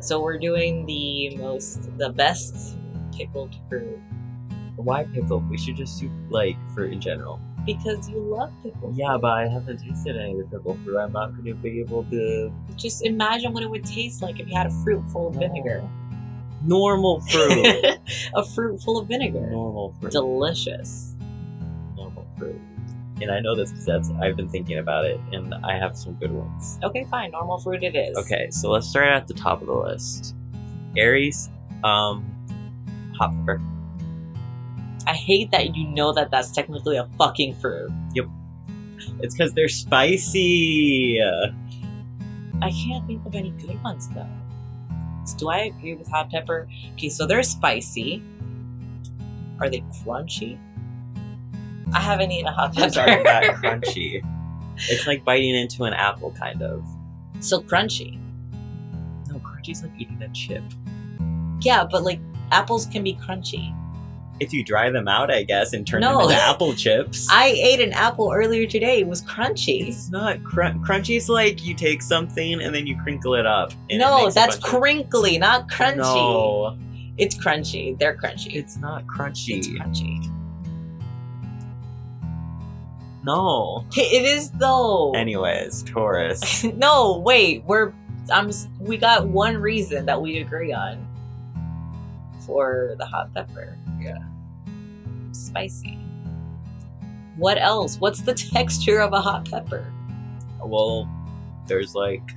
So we're doing the most, the best pickled fruit Why pickled? We should just do like fruit in general. because you love pickles. Yeah, but I haven't tasted any of the pickled fruit. I'm not going to be able to. Just imagine what it would taste like if you had a fruit full of vinegar. Normal fruit. a fruit full of vinegar. normal fruit. Delicious. normal fruit. And I know this because that's I've been thinking about it, and I have some good ones. Okay, fine. Normal fruit it is. Okay, so let's start at the top of the list. Aries, um, hot pepper. I hate that you know that that's technically a fucking fruit. It's because they're spicy. I can't think of any good ones though. So do I agree with hot pepper? Okay, so they're spicy. Are they crunchy? I haven't eaten a hot These aren't that pepper. crunchy. It's like biting into an apple, kind of. so crunchy. No, crunchy's like eating a chip. Yeah, but like apples can be crunchy. If you dry them out, I guess, and turn No. them into apple chips. I ate an apple earlier today. It was crunchy. It's not crunch. Crunchy's like you take something and then you crinkle it up. and it No, makes a that's bunch of- crinkly, not crunchy. No, It's crunchy. They're crunchy. it's not crunchy. It's crunchy. No. It is though. Anyways, Taurus. no, wait. We're I'm s- we got one reason that we agree on for the hot pepper. Yeah. Spicy. What else? What's the texture of a hot pepper? well, there's like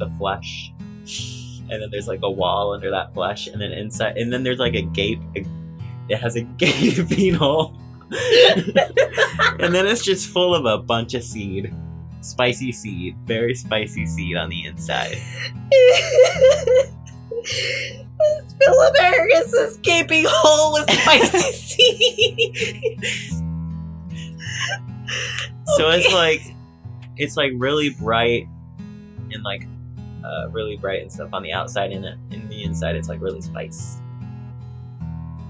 the flesh, and then there's like a wall under that flesh, and then inside, and then there's like a gape. It has a gaping hole, and then it's just full of a bunch of seed, spicy seed, very spicy seed on the inside. Philip Harris's gaping hole with spicy seeds. So it's Okay. like it's like really bright and like uh, really bright and stuff on the outside, and then in the inside it's like really spice.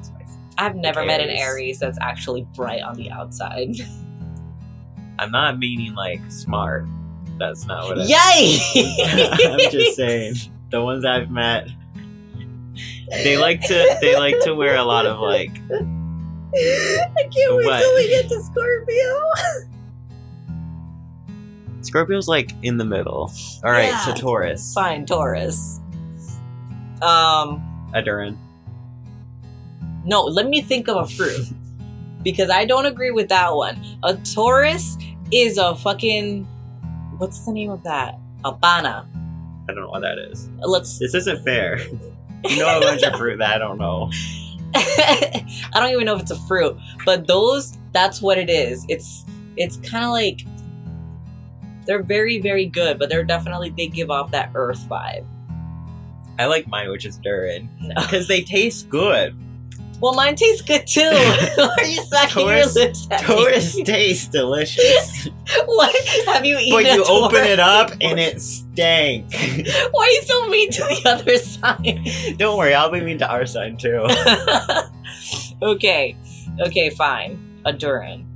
Spicy. I've never met an Aries. Aries that's actually bright on the outside. I'm not meaning like smart. That's not what I. Yay! I'm just saying the ones I've met. They like to they like to wear a lot of like I can't wait till What? we get to Scorpio. Scorpio's like in the middle. All right, so Yeah. Taurus, Fine, Taurus. Um, Aduran. no, let me think of a fruit because I don't agree with that one. A Taurus is a fucking what's the name of that? A bana. I don't know what that is. Let's. This isn't fair. You know a bunch of fruit that I don't know. I don't even know if it's a fruit, but those that's what it is. It's it's kind of like they're very very good, but they're definitely they give off that earth vibe. I like mine, which is Durin, because they taste good. Well, mine tastes good too. Why are you smacking your Taurus- lips at Taurus me? tastes delicious, What? Have you eaten but a you open Taurus it up before? and it stank. Why are you so mean to the other side? Don't worry, I'll be mean to our sign too. okay. Okay, fine. A Durin.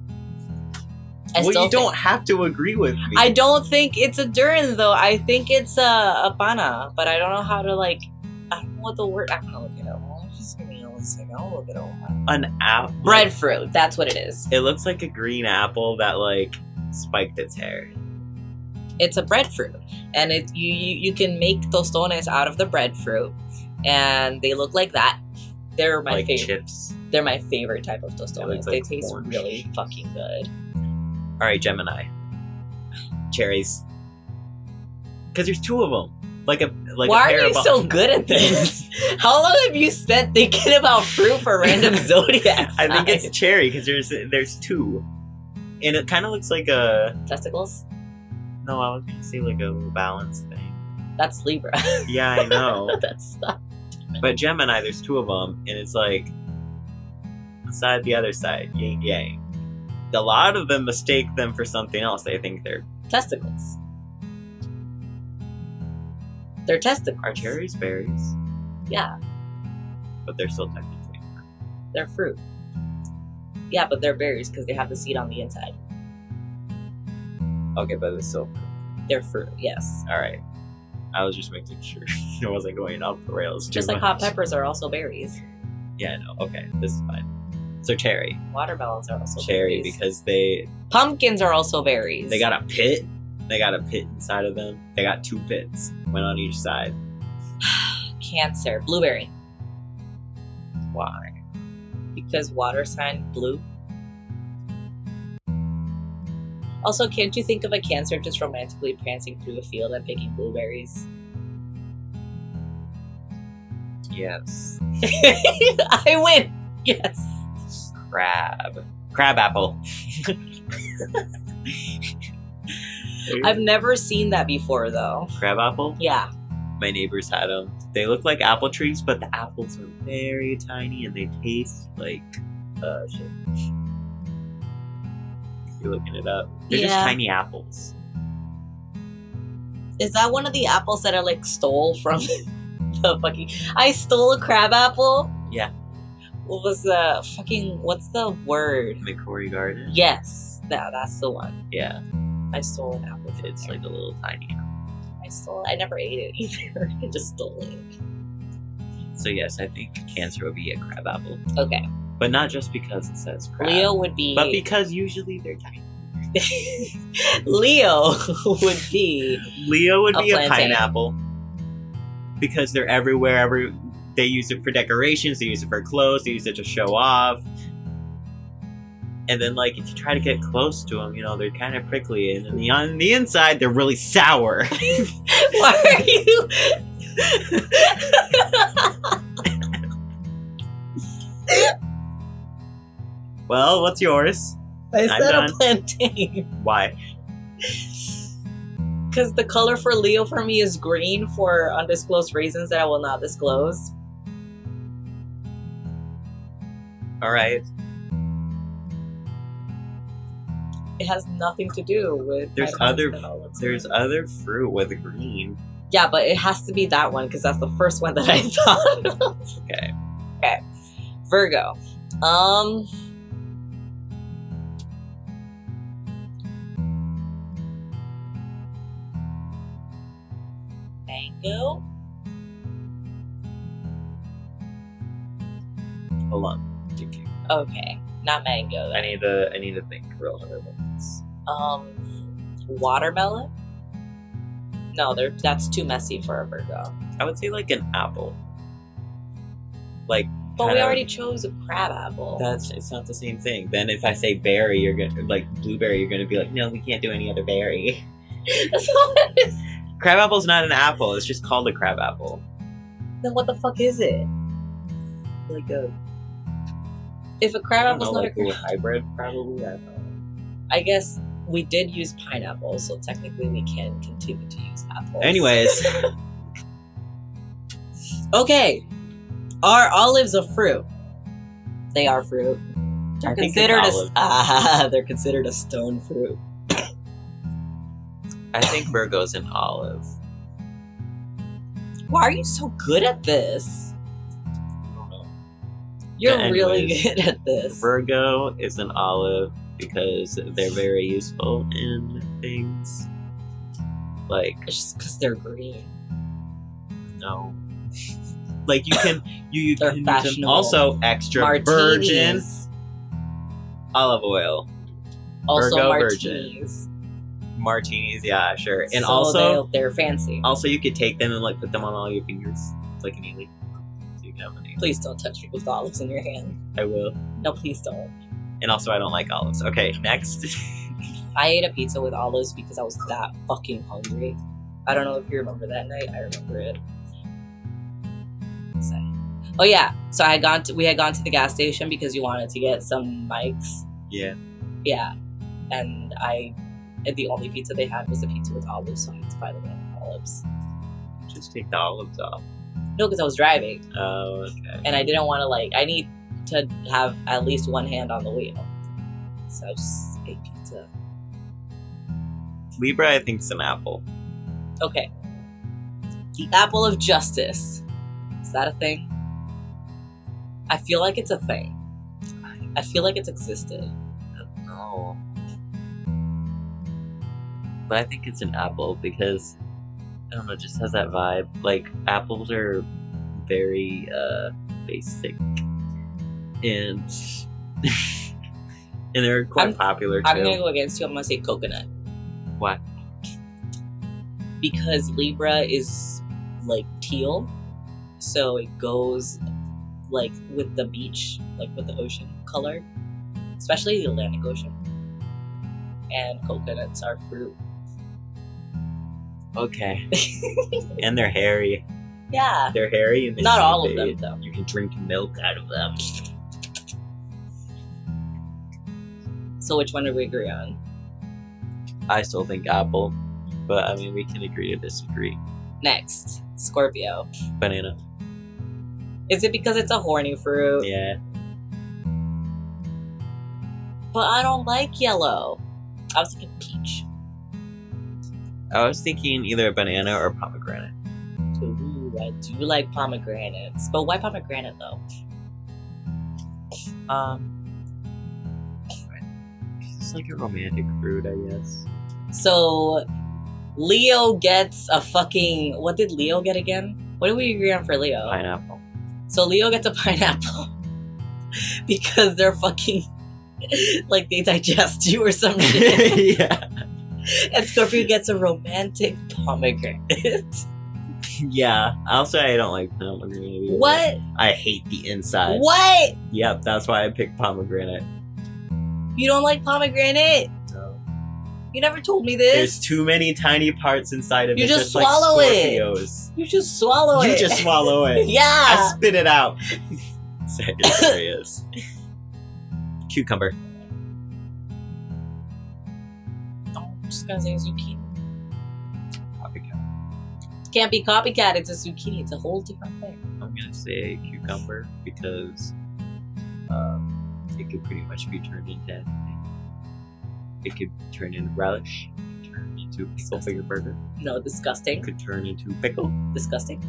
I well, you still don't think- have to agree with me. I don't think it's a Durin, though. I think it's a, a Bana, but I don't know how to, like, I don't know what the word. I'm gonna look it up. Hold on, Just give me a second. I'll look it up. An apple. Breadfruit. That's what it is. It looks like a green apple that like spiked its hair. it's a breadfruit and it you, you you can make tostones out of the breadfruit and they look like that they're my like favorite chips. they're my favorite type of They tostones look they like taste orange. really fucking good All right, Gemini. Cherries. Because there's two of them. Like a like. a why pair are you of so good at this how long have you spent thinking about fruit for random zodiacs I think it's signs? cherry because there's there's two, and it kind of looks like a testicles no. I was gonna say like a little balance thing. that's libra Yeah, I know. that's uh, but Gemini, there's two of them, and it's like one side the other side, yang yang. A lot of them mistake them for something else. They think they're testicles they're testicles are cherries berries, yeah but they're still technically. they're fruit yeah but they're berries because they have the seed on the inside Okay, but it's still They're fruit, yes. all right. I was just making sure it wasn't going off the rails. too Just like hot much. peppers are also berries. Yeah, no, okay, this is fine. So Terry, Watermelons are also Terry, berries. because they Pumpkins are also berries. they got a pit, they got a pit inside of them. They got two pits, one on each side. cancer. Blueberry. Why? Because water sign blue. Also, can't you think of a cancer just romantically prancing through a field and picking blueberries? Yes, I win! Yes. crab, crab apple. I've never seen that before though. crab apple. Yeah. My neighbors had them. They look like apple trees, but the apples are very tiny and they taste like uh shit. You're looking it up. They're just Yeah. tiny apples. Is that one of the apples that I like stole from the fucking I stole a crab apple? Yeah. What was the fucking what's the word? McCory Garden. Yes. That that's the one. Yeah, I stole an apple. from it's there. like a little tiny. apple. I stole I never ate it either. I just stole it. So yes, I think Cancer would be a crab apple, Okay. but not just because it says crab, Leo would be but because usually they're tiny. Leo would be Leo would A be a plantain. pineapple because they're everywhere. Every they use it for decorations, they use it for clothes, they use it to show off. And then, like, if you try to get close to them, you know they're kind of prickly, and then the, on the inside they're really sour. Why are you well, what's yours? I I'm said a done. plantain. Why? Because the color for Leo for me is green for undisclosed reasons that I will not disclose. All right, It has nothing to do with. There's I don't other- understand all that's there's going other fruit with green. on. Yeah, but it has to be that one because that's the first one that I thought. of. Okay, Virgo. Um. Mango? hold on. Thinking. Okay, not mango. I Then. need to. I need to think real hard about this. Um, watermelon? No, they're, that's too messy for a Virgo. I would say like an apple. Like, But we kinda- already chose a crab apple. That's it's not the same thing. Then if I say berry, you're gonna like blueberry. You're gonna be like, no, we can't do any other berry. That's all it is. Crab apple's not an apple. It's just called a crab apple. Then what the fuck is it? Like a. If a crab I don't apple's know, not like a a crab, hybrid, probably. I don't know. I guess we did use pineapple, so technically we can continue to use apples. Anyways, okay. Are olives a fruit? They are fruit. They're I think it's considered a olive. ah, they're considered a stone fruit. I think Virgo's an olive. Why are you so good at this? I don't know. You're Yeah, really anyways. good at this. Virgo is an olive because they're very useful in things. Like It's just because they're green. no. Like you can you, you They're can use them fashionable. also extra virgin Martinis. olive oil. Also Virgo martinis. martinis. Yeah, sure. And So also, they'll- they're fancy. also you could take them and like put them on all your fingers. It's like an alien. So you can have an alien. Please don't touch me with olives in your hand. I will. No, please don't. And also, I don't like olives. Okay, next. I ate a pizza with olives because I was that fucking hungry. I don't know if you remember that night. I remember it. So- Oh yeah. So I had gone to we had gone to the gas station because you wanted to get some mics. yeah. Yeah. And I and the only pizza they had was a pizza with olives, so I had to buy the one with olives. Just take the olives off. No, because I was driving. Oh, okay. and I didn't want to like I need to have at least one hand on the wheel. So I just ate pizza. Libra, I think's an apple. Okay. The apple of justice. Is that a thing? I feel like it's a thing. I feel like it's existed. No. But I think it's an apple because I don't know, just has that vibe. Like apples are very uh basic and and they're quite I'm- popular too. I'm gonna go against you. I'm gonna say coconut Why? because Libra is like teal, so it goes like with the beach, like with the ocean color, especially the Atlantic Ocean. And coconuts are fruit. Okay. and they're hairy. Yeah, They're hairy and they not all of them stupid. though. You can drink milk out of them. So which one do we agree on? I still think apple, but I mean we can agree to disagree. Next, Scorpio. Banana. Is it because it's a horny fruit? Yeah. But I don't like yellow. I was thinking peach. I was thinking either a banana or pomegranate. Ooh, I do like pomegranates. But why pomegranate though? Um it's like a romantic fruit, I guess. So Leo gets a fucking what did Leo get again? What did we agree on for Leo? Pineapple. So Leo gets a pineapple because they're fucking like they digest you or some shit. yeah. and Scorpio gets a romantic pomegranate. Yeah. Also I don't like pomegranate. either. what? I hate the inside. What? Yep, that's why I picked pomegranate. You don't like pomegranate? So You never told me this. There's too many tiny parts inside of You it. just just, like swallow it. Scorpios. You just swallow You it. just swallow it. I yeah. spit it out. Sagittarius. Cucumber. I'm just gonna say zucchini. Copycat. Can't be copycat. It's a zucchini. It's a whole different thing. I'm gonna say cucumber because um, it could pretty much be turned into anything. It could turn into relish. It could turn into a pickle finger burger. No, It disgusting. could turn into pickle. Disgusting. It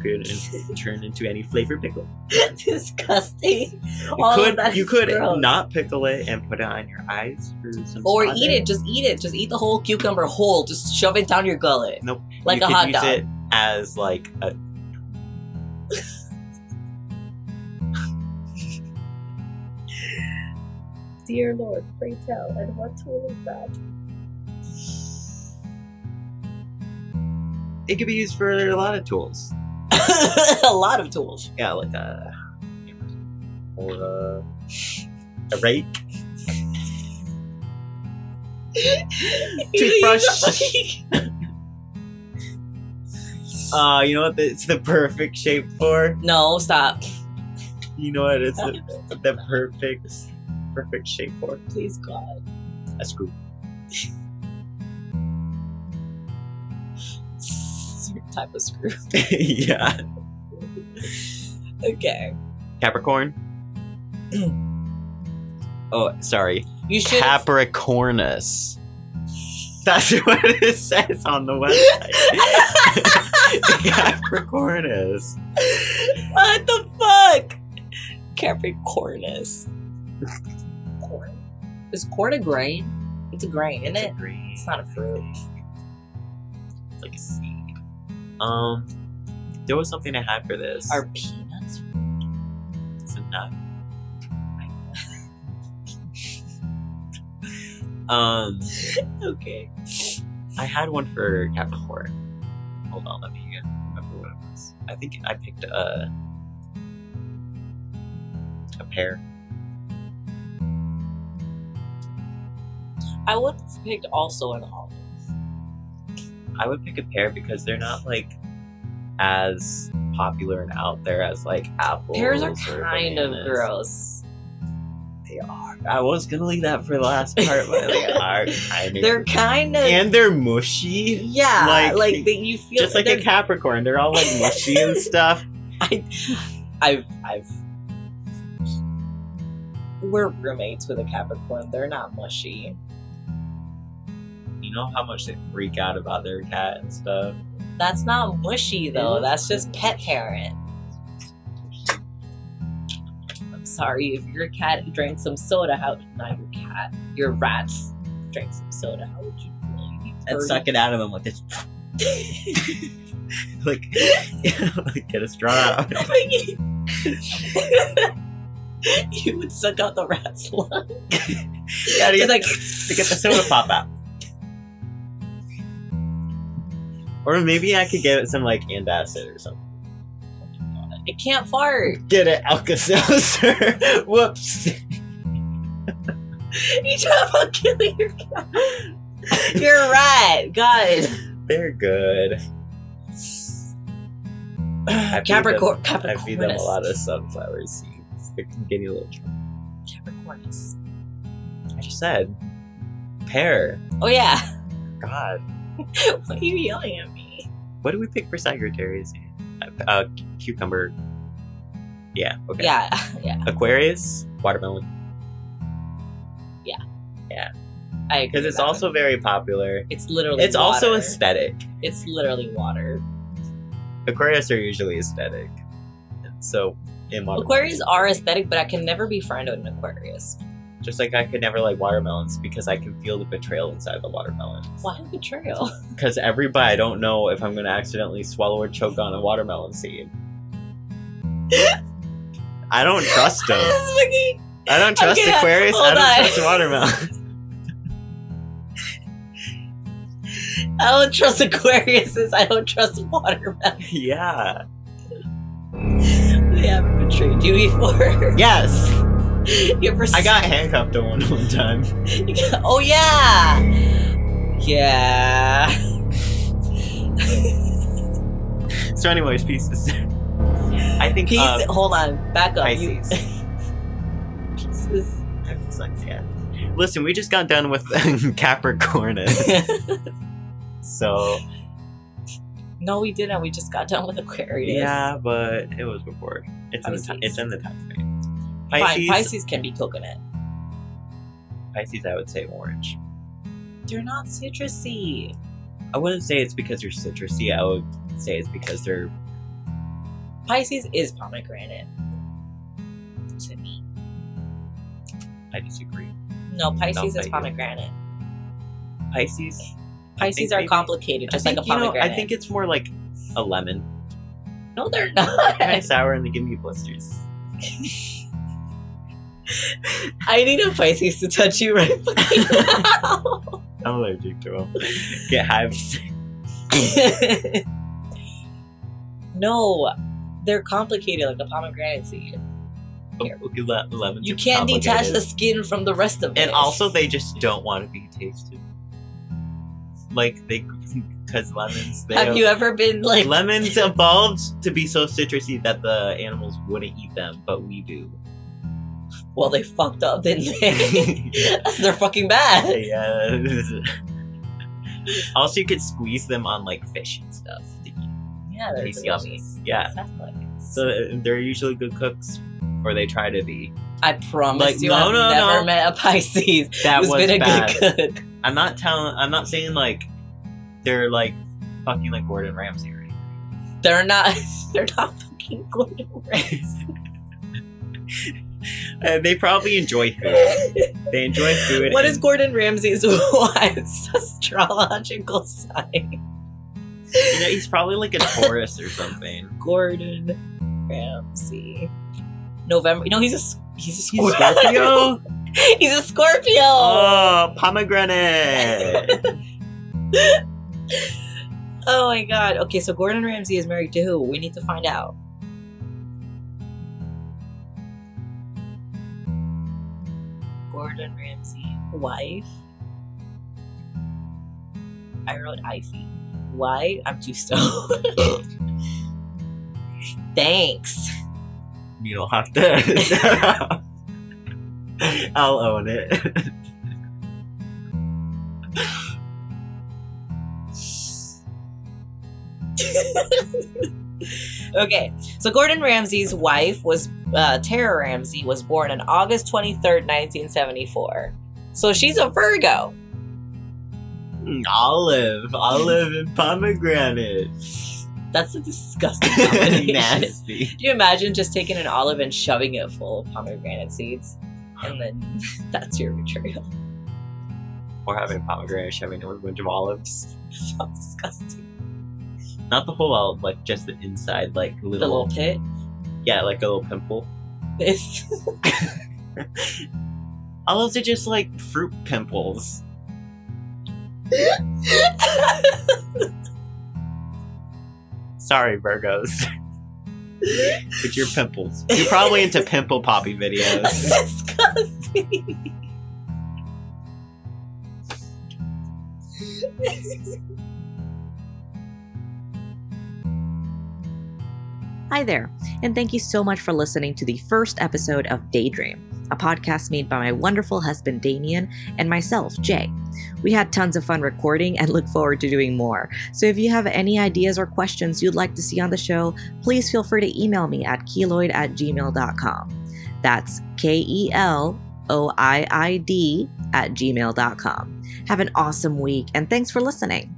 could in- turn into any flavor pickle. disgusting. You All of could that you is could gross. not pickle it and put it on your eyes for some Or smother. eat it. Just eat it. Just eat the whole cucumber whole. Just shove it down your gullet. Nope. Like you a could hot use dog. it as like a Dear Lord, pray tell, and what tool is that? it could be used for a lot of tools. a lot of tools. Yeah, like a or a, a rake. Toothbrush. Uh, you know what? It's the perfect shape for. no, stop. You know what? It's the, the perfect perfect shape for Please, God. a screw. Certain type of screw. yeah, Okay. Capricorn. oh, sorry. You should. Capricornus. That's what it says on the website. Capricornus. what the fuck? Capricornus. corn. Is corn a grain? It's a grain, isn't it? green. It's not a fruit. It's like a seed. Um, there was something I had for this. Are peanuts? It's a nut. um, Okay. I had one for Capricorn. Hold on, let me uh, remember what it was. I think I picked a a pear. I would have picked also an olive. I would pick a pear because they're not like as popular and out there as like apples. Pears are or kind of bananas. gross. I was gonna leave that for the last part, but they are kind of. They're kind of and they're mushy, yeah, like, like- that you feel just like they're- a Capricorn. They're all like mushy and stuff. I've I've we're roommates with a Capricorn. They're not mushy. You know how much they freak out about their cat and stuff. That's not mushy though. It is That's just pet parent. I'm sorry if your cat drank some soda. How not your cat, your rats drank some soda. How would you feel? You'd be And dirty. suck it out of them with this. like, get a straw out. you would suck out the rat's lung. Yeah, to It's get, like to get the soda pop out. Or maybe I could give it some like antacid or something. it can't fart. Get it, Alka Seltzer. Whoops. You talk about killing your cat. You're right. God. They're good. I feed them- Capricorn. I Capricornus. feed them a lot of sunflower seeds. They're getting a little. Capricornus. I just said, pear. Oh yeah. God, Why are you yelling at me? what do we pick for secretaries? Uh, uh, cucumber. Yeah. Okay. Yeah. Yeah. Aquarius, watermelon, I agree. because with it's that one. also very popular. it's literally It's also water. aesthetic. it's literally water. Aquarius are usually aesthetic, and so in watermelon, Aquarius are aesthetic, but I can never be friend with an Aquarius. just like I could never like watermelons because I can feel the betrayal inside the watermelon. Why the betrayal? Because everybody, I don't know if I'm gonna accidentally swallow or choke on a watermelon seed. I don't trust them. Spooky. I don't trust gonna- Aquarius. I hold don't on. trust watermelon. I don't trust Aquariuses. I don't trust watermelon. yeah. They haven't betrayed you before. Yes. You're pers- I got handcuffed to one one time. You got- oh yeah, yeah. Uh, So, anyways, pieces. I think Peace. uh, hold on, back up. You, Pisces. Pieces. I'm dyslexia. Listen, we just got done with Capricornus, so no, we didn't. We just got done with Aquarius. yeah, but it was before. It's in the time. Pisces. It's in the time frame. Fine, Pisces, Pisces, Pisces can be coconut. I would say orange. They're not citrusy. I wouldn't say it's because they're citrusy. I would say it's because they're Pisces is pomegranate. To me, I disagree. no, Pisces Not is that you- pomegranate. Pisces. Pisces think are maybe- complicated, just I think, like a you know, pomegranate. I think it's more like a lemon. no, they're not. kind of sour and they give me blisters. I need a Pisces to touch you right fucking now. I'm allergic to them. Get hives. no, they're complicated like a pomegranate seed. Okay, le- lemons You are can't detach complicated. the skin from the rest of it. And also, they just don't want to be tasted. Like they, because lemons. They have you ever been like? lemons evolved to be so citrusy that the animals wouldn't eat them, but we do. Well, they fucked up, didn't they? yeah. they're fucking bad. also, you could squeeze them on like fish and stuff. to eat. Yeah, they're Tastes yummy. delicious. Yeah. Exactly. So uh, they're usually good cooks, or they try to be. I promise Like, you, no, I've no, never no. met a Pisces That who's was been a bad. good cook. I'm not telling. I'm not saying like they're like fucking like Gordon Ramsay. Right? They're not. They're not fucking Gordon Ramsay. Uh, they probably enjoy food. they enjoy food. What and- is Gordon Ramsay's wife's astrological sign? You know, he's probably like a Taurus or something. Gordon Ramsay. November. No, he's a s- he's a He's Scorpio. Scorpio. he's a Scorpio. Oh, pomegranate. oh my god. Okay, so Gordon Ramsay is married to who? We need to find out. Gordon Ramsay wife. I wrote Ify. Why? I'm too stoned. Thanks. you don't have to. I'll own it. Okay, so Gordon Ramsay's wife was uh, Tara Ramsay was born on August 23rd, 1974. So she's a Virgo. Mm, Olive, olive, and pomegranate. That's a disgusting combination. Nasty. Do you imagine just taking an olive and shoving it full of pomegranate seeds? And then that's your betrayal. Or having pomegranate, having a bunch of olives. That sounds disgusting. Not the whole olive, like just the inside, like The little little, pit yeah, like a little pimple. is Olives are just like fruit pimples. Sorry, Virgos. but you're pimples. You're probably into pimple poppy videos. disgusting. Hi there, and thank you so much for listening to the first episode of Daydream, a podcast made by my wonderful husband Damien and myself, Jay. We had tons of fun recording and look forward to doing more. So if you have any ideas or questions you'd like to see on the show, please feel free to email me at keloid at gmail.com. That's K E L O I I D at gmail.com. Have an awesome week, and thanks for listening.